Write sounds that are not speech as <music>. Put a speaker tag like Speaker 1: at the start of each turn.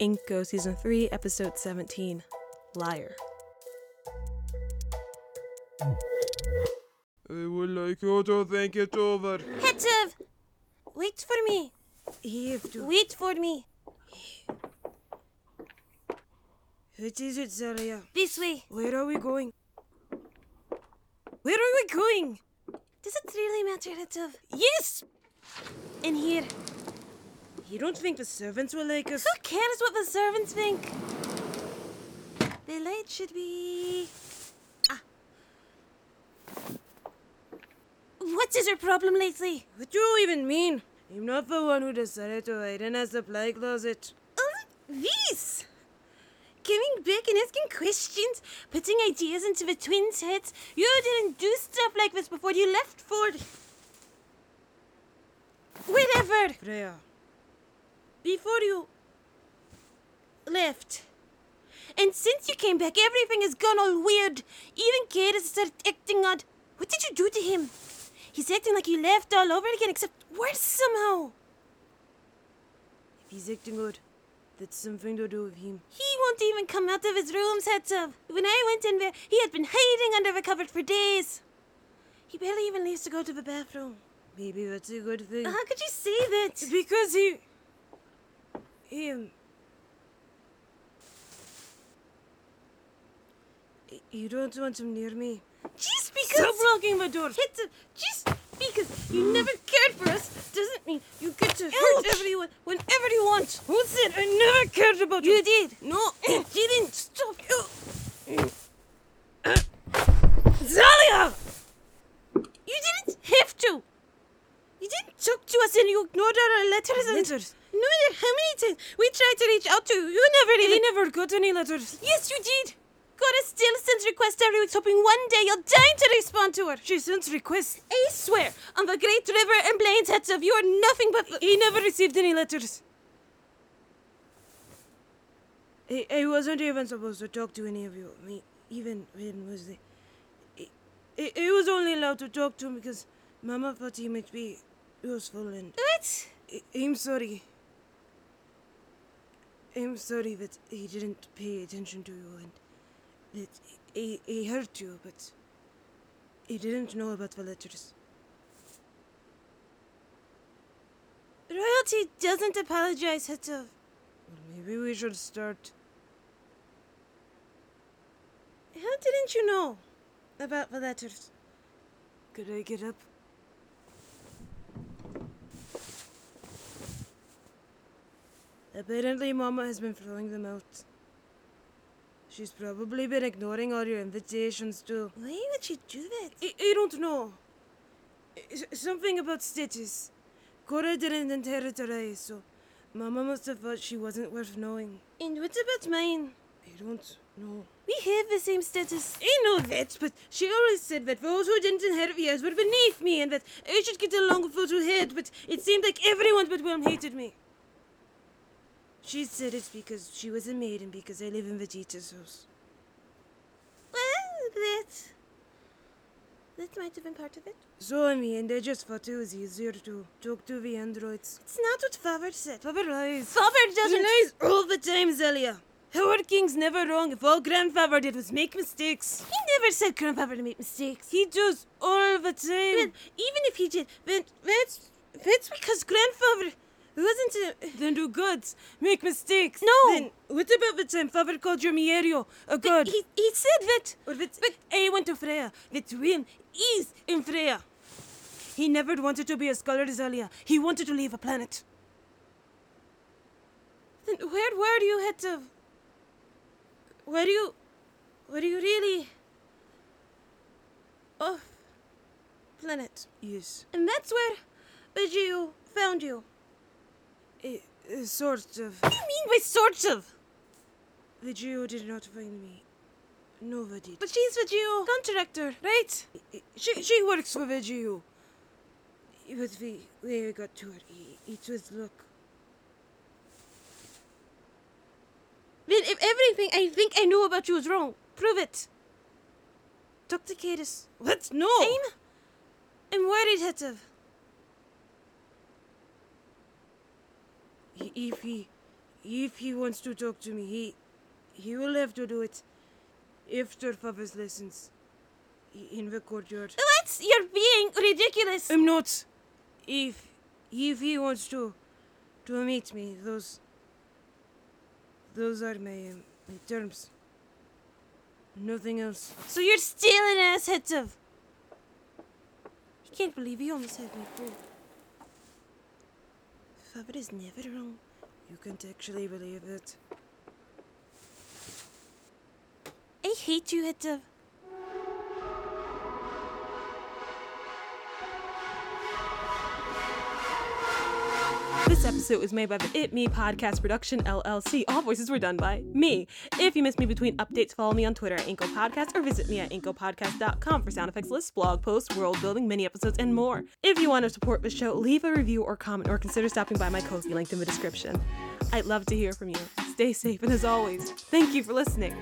Speaker 1: Inko Season 3, Episode 17 Liar.
Speaker 2: I would like you to think it over.
Speaker 3: Hetzev! Wait for me!
Speaker 4: Eve, do-
Speaker 3: Wait for me!
Speaker 4: what is it, Zelia?
Speaker 3: This way!
Speaker 4: Where are we going? Where are we going?
Speaker 3: Does it really matter, Hetzev?
Speaker 4: Yes!
Speaker 3: In here.
Speaker 4: You don't think the servants will like us?
Speaker 3: Who cares what the servants think? The light should be. Ah. What is your problem lately?
Speaker 4: What do you even mean? I'm not the one who decided to hide in a supply closet.
Speaker 3: Oh, this! Coming back and asking questions, putting ideas into the twins' heads. You didn't do stuff like this before you left for. Whatever!
Speaker 4: Freya,
Speaker 3: before you left. And since you came back, everything has gone all weird. Even Kate has started acting odd. What did you do to him? He's acting like you left all over again, except worse somehow.
Speaker 4: if he's acting good, that's something to do with him.
Speaker 3: He won't even come out of his rooms, Hetzev. When I went in there, he had been hiding under the cupboard for days. He barely even leaves to go to the bathroom.
Speaker 4: Maybe that's a good thing.
Speaker 3: How could you say that?
Speaker 4: <laughs> Because he. Him. Y- You don't want him near me.
Speaker 3: Just
Speaker 4: Stop
Speaker 3: because.
Speaker 4: blocking the door!
Speaker 3: It's a, just because you never cared for us doesn't mean you get to
Speaker 4: Ouch.
Speaker 3: hurt everyone whenever you want.
Speaker 4: Who said I never cared about
Speaker 3: You
Speaker 4: you?
Speaker 3: did. No, <clears throat> you didn't. Stop. You.
Speaker 4: Uh, Zalia!
Speaker 3: You didn't have to. You didn't talk to us and you ignored our letters and
Speaker 4: Letters.
Speaker 3: no matter how many times we tried to reach out to you, you never
Speaker 4: We
Speaker 3: even.
Speaker 4: never got any letters.
Speaker 3: Yes, you did. God has still sends requests every week, hoping one day you'll deign to respond to her.
Speaker 4: She sent requests.
Speaker 3: I swear, on the great river and plains heads of you are nothing but.
Speaker 4: He never received any letters. I, I wasn't even supposed to talk to any of you. Me, even when was the. I, I, I was only allowed to talk to him because Mama thought he might be useful and.
Speaker 3: What?
Speaker 4: I, I'm sorry. I'm sorry that he didn't pay attention to you and that he, he hurt you, but he didn't know about the letters.
Speaker 3: Royalty doesn't apologize, Hetov.
Speaker 4: Maybe we should start.
Speaker 3: How didn't you know about the letters?
Speaker 4: Could I get up? Apparently, Mama has been throwing them out. She's probably been ignoring all your invitations, too.
Speaker 3: Why would she do that?
Speaker 4: I, I don't know. S- something about stitches. Cora didn't inherit her eyes, so Mama must have thought she wasn't worth knowing.
Speaker 3: And what about mine?
Speaker 4: I don't know.
Speaker 3: We have the same status.
Speaker 4: I know that, but she always said that those who didn't inherit the eyes were beneath me and that I should get along with those who had, but it seemed like everyone but Wilm hated me. She said it's because she was a maid and because I live in Vegeta's house.
Speaker 3: Well, that. That might have been part of it.
Speaker 4: So I mean, I just thought it was easier to talk to the androids.
Speaker 3: It's not what Father said.
Speaker 4: Father lies.
Speaker 3: Father
Speaker 4: He
Speaker 3: doesn't.
Speaker 4: lies all the time, Zelia. Howard King's never wrong if all grandfather did was make mistakes.
Speaker 3: He never said grandfather to make mistakes.
Speaker 4: He does all the time.
Speaker 3: Well, even if he did, then that's that's because grandfather wasn't a.
Speaker 4: Then do gods make mistakes?
Speaker 3: No.
Speaker 4: Then what about the time father called you Mierio a god?
Speaker 3: He he said that.
Speaker 4: or that I went to Freya. That Wim is in Freya. He never wanted to be a scholar, Zalia. He wanted to leave a planet.
Speaker 3: Then where were you, Hetov? Were you. Were you really. off planet?
Speaker 4: Yes,
Speaker 3: And that's where Vegio found you.
Speaker 4: a, a Eh, sort of.
Speaker 3: What do you mean by sort of?
Speaker 4: The Geo did not find me. Nova did. Eh,
Speaker 3: But she's Vegio contractor, right?
Speaker 4: She, she works for the Geo. It was the way I got to her. It, it was luck.
Speaker 3: Then if everything I think I knew about you is wrong, prove it. Dr. Cadis.
Speaker 4: What? No!
Speaker 3: I'm. I'm worried, Hetov.
Speaker 4: If he, If he wants to talk to me, he he will have to do it after Papa's lessons i- in the courtyard.
Speaker 3: What? You're being ridiculous.
Speaker 4: I'm not. If if he wants to to meet me, those those are my, um, my terms. Nothing else.
Speaker 3: So you're still an ass hittiv. I can't believe he almost had me fooled. Faber is never wrong.
Speaker 4: You can't actually believe it.
Speaker 3: I hate you, hittiv.
Speaker 1: This episode was made by the It Me Podcast Production LLC. All voices were done by me. If you miss me between updates, follow me on Twitter at Inco Podcast or visit me at IncoPodcast.com for sound effects lists, blog posts, world building, mini episodes, and more. If you want to support the show, leave a review or comment or consider stopping by my cozy linked in the description. I'd love to hear from you. Stay safe and as always, thank you for listening.